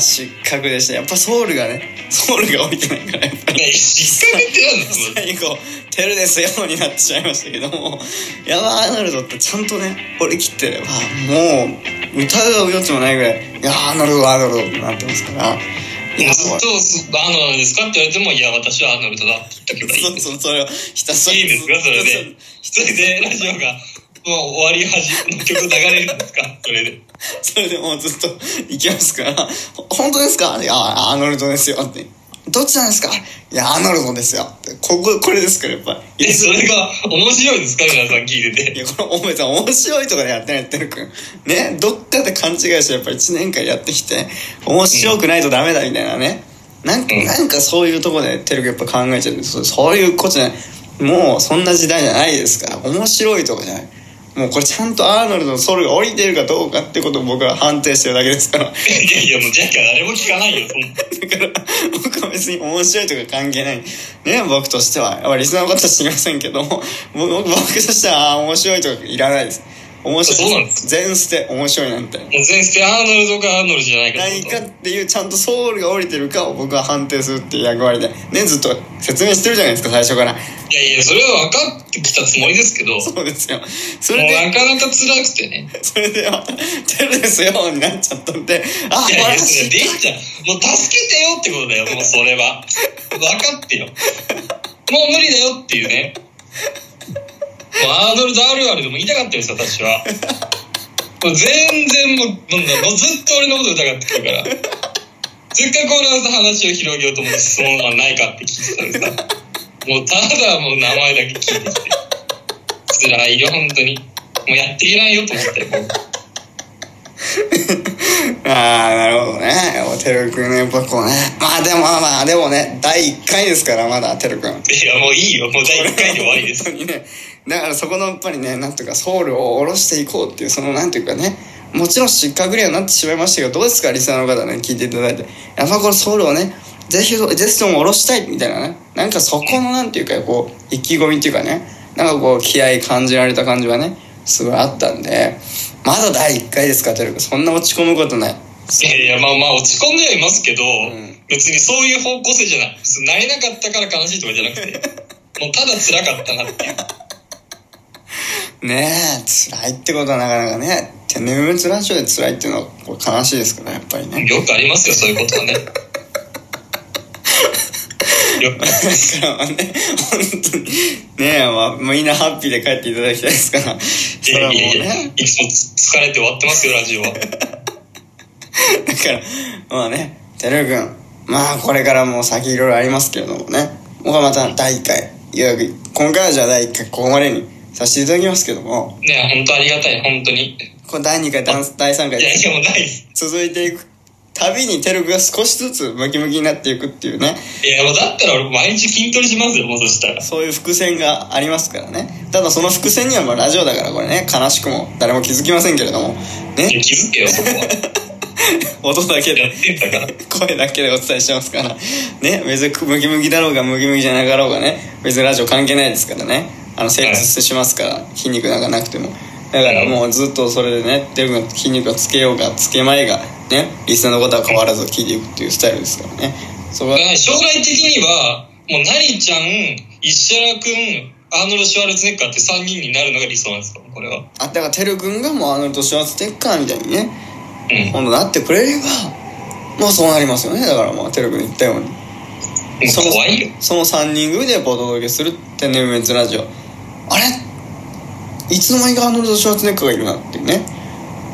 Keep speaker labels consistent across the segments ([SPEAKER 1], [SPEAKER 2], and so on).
[SPEAKER 1] 失格でしたやっぱソウルがねソウルが置いてないからやっぱり
[SPEAKER 2] 失格ってなんだそれ
[SPEAKER 1] 最後テルですよになってしまいましたけどもヤマーアーノルドってちゃんとね折り切ってればもう疑う余地もないぐらい「いやーアーノルドアーノルド」ってなってますから
[SPEAKER 2] いやずっとすアーノルドですかって言われてもいや私はアーノルドだって言っとけばいい
[SPEAKER 1] そ
[SPEAKER 2] ん
[SPEAKER 1] う
[SPEAKER 2] です
[SPEAKER 1] そうそれをひたすら
[SPEAKER 2] いいですかそ れで
[SPEAKER 1] ひた
[SPEAKER 2] それ
[SPEAKER 1] す
[SPEAKER 2] でラジオがもう終わり始めの曲流れるんですかそれで
[SPEAKER 1] らそれでもうずっと行きますから「ほ本当ですか?」いやアーノルドですよ」って「どっちなんですか?」いやアーノルドですよってこここれですからやっぱり
[SPEAKER 2] えそれが面白いですか皆さん聞いて
[SPEAKER 1] い
[SPEAKER 2] て
[SPEAKER 1] や、この、おめさん面白いとかでやってないってるくん。ね、どっかで勘違いして、やっぱり1年間やってきて、面白くないとダメだみたいなね。なんか、
[SPEAKER 2] うん
[SPEAKER 1] なんかそういうとこで、てるくんやっぱ考えちゃうんです。そうそういうことじゃない。もう、そんな時代じゃないですから、面白いとかじゃない。もうこれちゃんとアーノルドのソウルが降りてるかどうかってことを僕は判定してるだけですから。だ
[SPEAKER 2] いやいやもうジャッキは誰も聞かないよそんな
[SPEAKER 1] から、僕は別に面白いとか関係ない。ね、僕としては。やっぱりリスナーの方は知りませんけども、僕僕としては、あー面白いとかいらないです。面白い。
[SPEAKER 2] そうなんです
[SPEAKER 1] 全捨て面白いなんて。
[SPEAKER 2] もう全然アーノルドかアーノルドじゃないかって
[SPEAKER 1] 何
[SPEAKER 2] こと
[SPEAKER 1] かっていうちゃんとソウルが降りてるかを僕は判定するっていう役割でねずっと説明してるじゃないですか最初から
[SPEAKER 2] いやいやそれは分かってきたつもりですけどもう
[SPEAKER 1] そうですよそれで
[SPEAKER 2] なかなか辛くてね
[SPEAKER 1] それでまた「テルですよ」になっちゃったんであ
[SPEAKER 2] いやいや
[SPEAKER 1] っ
[SPEAKER 2] それでいいじゃんもう助けてよってことだよもうそれは分かってよもう無理だよっていうねもうアーノルドあるあるでも言いたかったです私はもう全然もうなんだもうずっと俺のこと疑ってくるからせっかくこの話を広げようと思って質問はないかって聞いてたんですさもうただもう名前だけ聞いてきて辛いよ本当にもうやっていけないよと思ってもう
[SPEAKER 1] ああなるほどねもうテル君のやっぱこうねまあでもまあまあでもね第1回ですからまだテル君
[SPEAKER 2] いやもういいよもう第1回で終わりです
[SPEAKER 1] 本当にねだからそこのやっぱりねなんとかソウルを下ろしていこうっていうそのなんていうかねもちろん失格にはなってしまいましたけどどうですかリスナーの方ね聞いていただいてやっぱこれソウルをねぜひぜひとも下ろしたいみたいなねなんかそこのなんていうかこう意気込みっていうかねなんかこう気合い感じられた感じはねすごいあったんでまだ第1回ですかというかそんな落ち込むことない
[SPEAKER 2] いやいや、まあまあ落ち込んではいますけど、
[SPEAKER 1] ん
[SPEAKER 2] 別にそういう方向性じゃない。別になれなかったから悲しいとかじゃなく て、もうただ辛かったなっていう。
[SPEAKER 1] ねえ辛いってことはなかなかね「てめむつラジオ」で辛いっていうのはこう悲しいですからやっぱりね
[SPEAKER 2] よくありますよ、そういうこと はね。よく。
[SPEAKER 1] ですからまあね、本当に。ねえ、まあ、みんなハッピーで帰っていただきたいですから。
[SPEAKER 2] い
[SPEAKER 1] それは
[SPEAKER 2] や
[SPEAKER 1] もう
[SPEAKER 2] いやいや、
[SPEAKER 1] ね。
[SPEAKER 2] いつも疲れて終わってますよ、ラジオは。
[SPEAKER 1] だから、まあね、てるくん、まあこれからも先いろいろありますけれどもね。僕はまた第1回、いや今回はじゃあ第1回ここまでにさせていただきますけども、
[SPEAKER 2] ね本当ありがたい、本当に。い
[SPEAKER 1] こう第2回、第3回
[SPEAKER 2] やいや、もうないです。
[SPEAKER 1] 続いていくたびにてるくんが少しずつムキムキになっていくっていうね。
[SPEAKER 2] いや、もうだったら俺毎日筋トレしますよ、もうそしたら。
[SPEAKER 1] そういう伏線がありますからねただその伏線にはまあラジオだからこれね悲しくも誰も気づきませんけれども
[SPEAKER 2] いや
[SPEAKER 1] ね
[SPEAKER 2] 気づけよ、そこは。
[SPEAKER 1] 音だけ
[SPEAKER 2] や
[SPEAKER 1] で
[SPEAKER 2] ってんだから。
[SPEAKER 1] 声だけでお伝えしてますからね別にムキムキだろうがムキムキじゃなかろうがね別にラジオ関係ないですからねあの成立しますから筋肉なんかなくてもだからもうずっとそれでねデブの筋肉をつけようがつけまいがねリスナーのことは変わらず聞いていくっていうスタイルですからねそこは
[SPEAKER 2] はい将来的にはもうナリちゃん石原くんアーノルド・シュワルツェネッカーって3人になるのが理想なんですかこれは
[SPEAKER 1] あだからてるくんがもうあの年はステッカーみたいにね
[SPEAKER 2] うん
[SPEAKER 1] 今度なってくれればもうそうなりますよねだからまあテレビに言ったようにその
[SPEAKER 2] 怖いよ
[SPEAKER 1] その3人組でやっぱお届けする「天然メンツラジオ」あれいつの間にかアーノルド・シュワルツェネッカーがいるなっていうね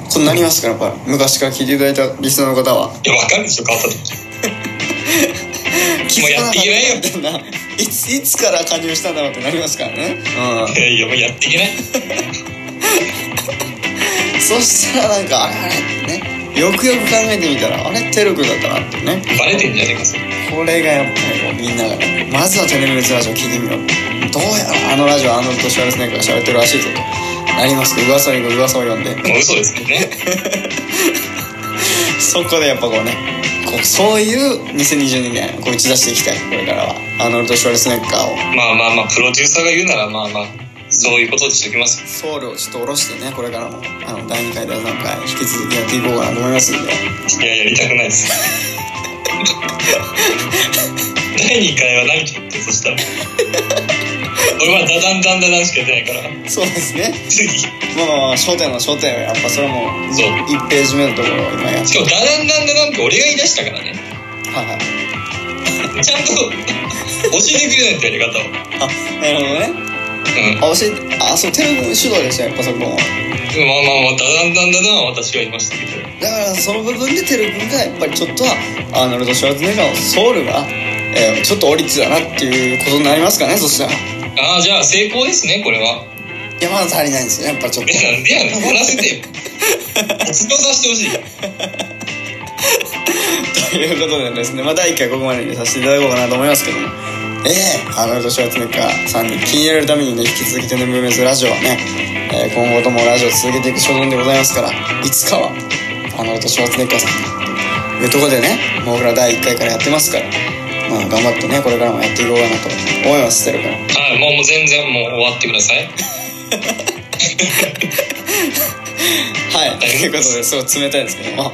[SPEAKER 1] そうなりますからやっぱり昔から聞いていただいたリスナーの方はい
[SPEAKER 2] や分かるでしょ変わった時
[SPEAKER 1] 気づかなかっ
[SPEAKER 2] もうやっていけないよ
[SPEAKER 1] たみたいないついつから加入したんだろうってなりますからねうん
[SPEAKER 2] いやいやもうやっていけない
[SPEAKER 1] そしたらなんかあれあれってねよくよく考えてみたらあれテル君だったなっていうね
[SPEAKER 2] バレてんじゃねえかそれ
[SPEAKER 1] これがやっぱりこうみんながねまずはテレビ別ラジオ聞いてみようどうやらあのラジオアーノルド・シュワルツェネッカーが喋ってるらしいぞとなりますけど噂に噂を読んで
[SPEAKER 2] もう嘘ですけどね
[SPEAKER 1] そこでやっぱこうねこうそういう2022年こう打ち出していきたいこれからはアーノルド・シュワルツェネッカーを
[SPEAKER 2] まあまあまあプロデューサーが言うならまあまあそういうことにしておきます。
[SPEAKER 1] ソウルをちょっと下ろしてねこれからもあの第2回第3回引き続きやっていこうかなと思いますんで
[SPEAKER 2] いや、やりたくないです。 第2回は何キロって、そしたら。俺はダダンダンダダンしか出ないから、
[SPEAKER 1] そうですね
[SPEAKER 2] 次。し
[SPEAKER 1] まあまあまあ『焦点』の『焦点』はやっぱそれはもう
[SPEAKER 2] そう
[SPEAKER 1] 1ページ目のところを今やって
[SPEAKER 2] かもダダンダンダダンって俺が言い出したからね。
[SPEAKER 1] はいはい
[SPEAKER 2] ちゃんと教えてくれないとやり方を。
[SPEAKER 1] あなるほどね
[SPEAKER 2] うん。
[SPEAKER 1] あ教えてあそう天文主導でしたやっぱそこは
[SPEAKER 2] でもまあまあまあ、ダダンダンダダンは私が言いましたけど。
[SPEAKER 1] だからその部分でテル君がやっぱりちょっとはアーノルド・シュワルツェネッガーのソウルが、えーちょっとオリッツだなっていうことになりますかねそしたらい
[SPEAKER 2] ああ、じゃあ成功ですね、これは。
[SPEAKER 1] やまだ足りないんですよねやっぱちょっと
[SPEAKER 2] え、なんでやねん。終わらせてよ。 発動させてほしい。
[SPEAKER 1] ということでですね、まあ、第1回ここまでにさせていただこうかなと思いますけどもええアーノルド・シュワルツェネッガーさんに気に入られるためにね引き続き「天然ムーブメントラジオ」はね、えー今後ともラジオを続けていく所存でございますからいつかはアーノルド・シュワルツェネッガーさんというところでね僕ら第1回からやってますからまあ頑張ってねこれからもやっていこうかなと思いますてるから
[SPEAKER 2] はい、もうもう全然もう終わってください。
[SPEAKER 1] はいということですごい冷たいんですけどもは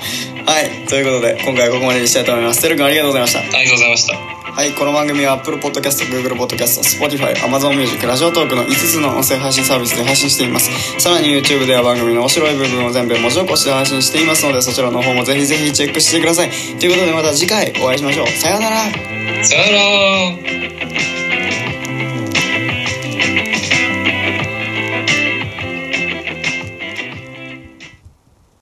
[SPEAKER 1] いということで今回はここまでにしたいと思いますてるくんありがとうございました
[SPEAKER 2] ありがとうございました。
[SPEAKER 1] はい、この番組は Apple Podcast、Google Podcast、Spotify、Amazon Music、ラジオトークの5つの音声配信サービスで配信しています。さらに YouTube では番組の面白い部分を全部文字起こしで配信していますので、そちらの方もぜひぜひチェックしてください。ということでまた次回お会いしましょう。さようなら。
[SPEAKER 2] さよなら。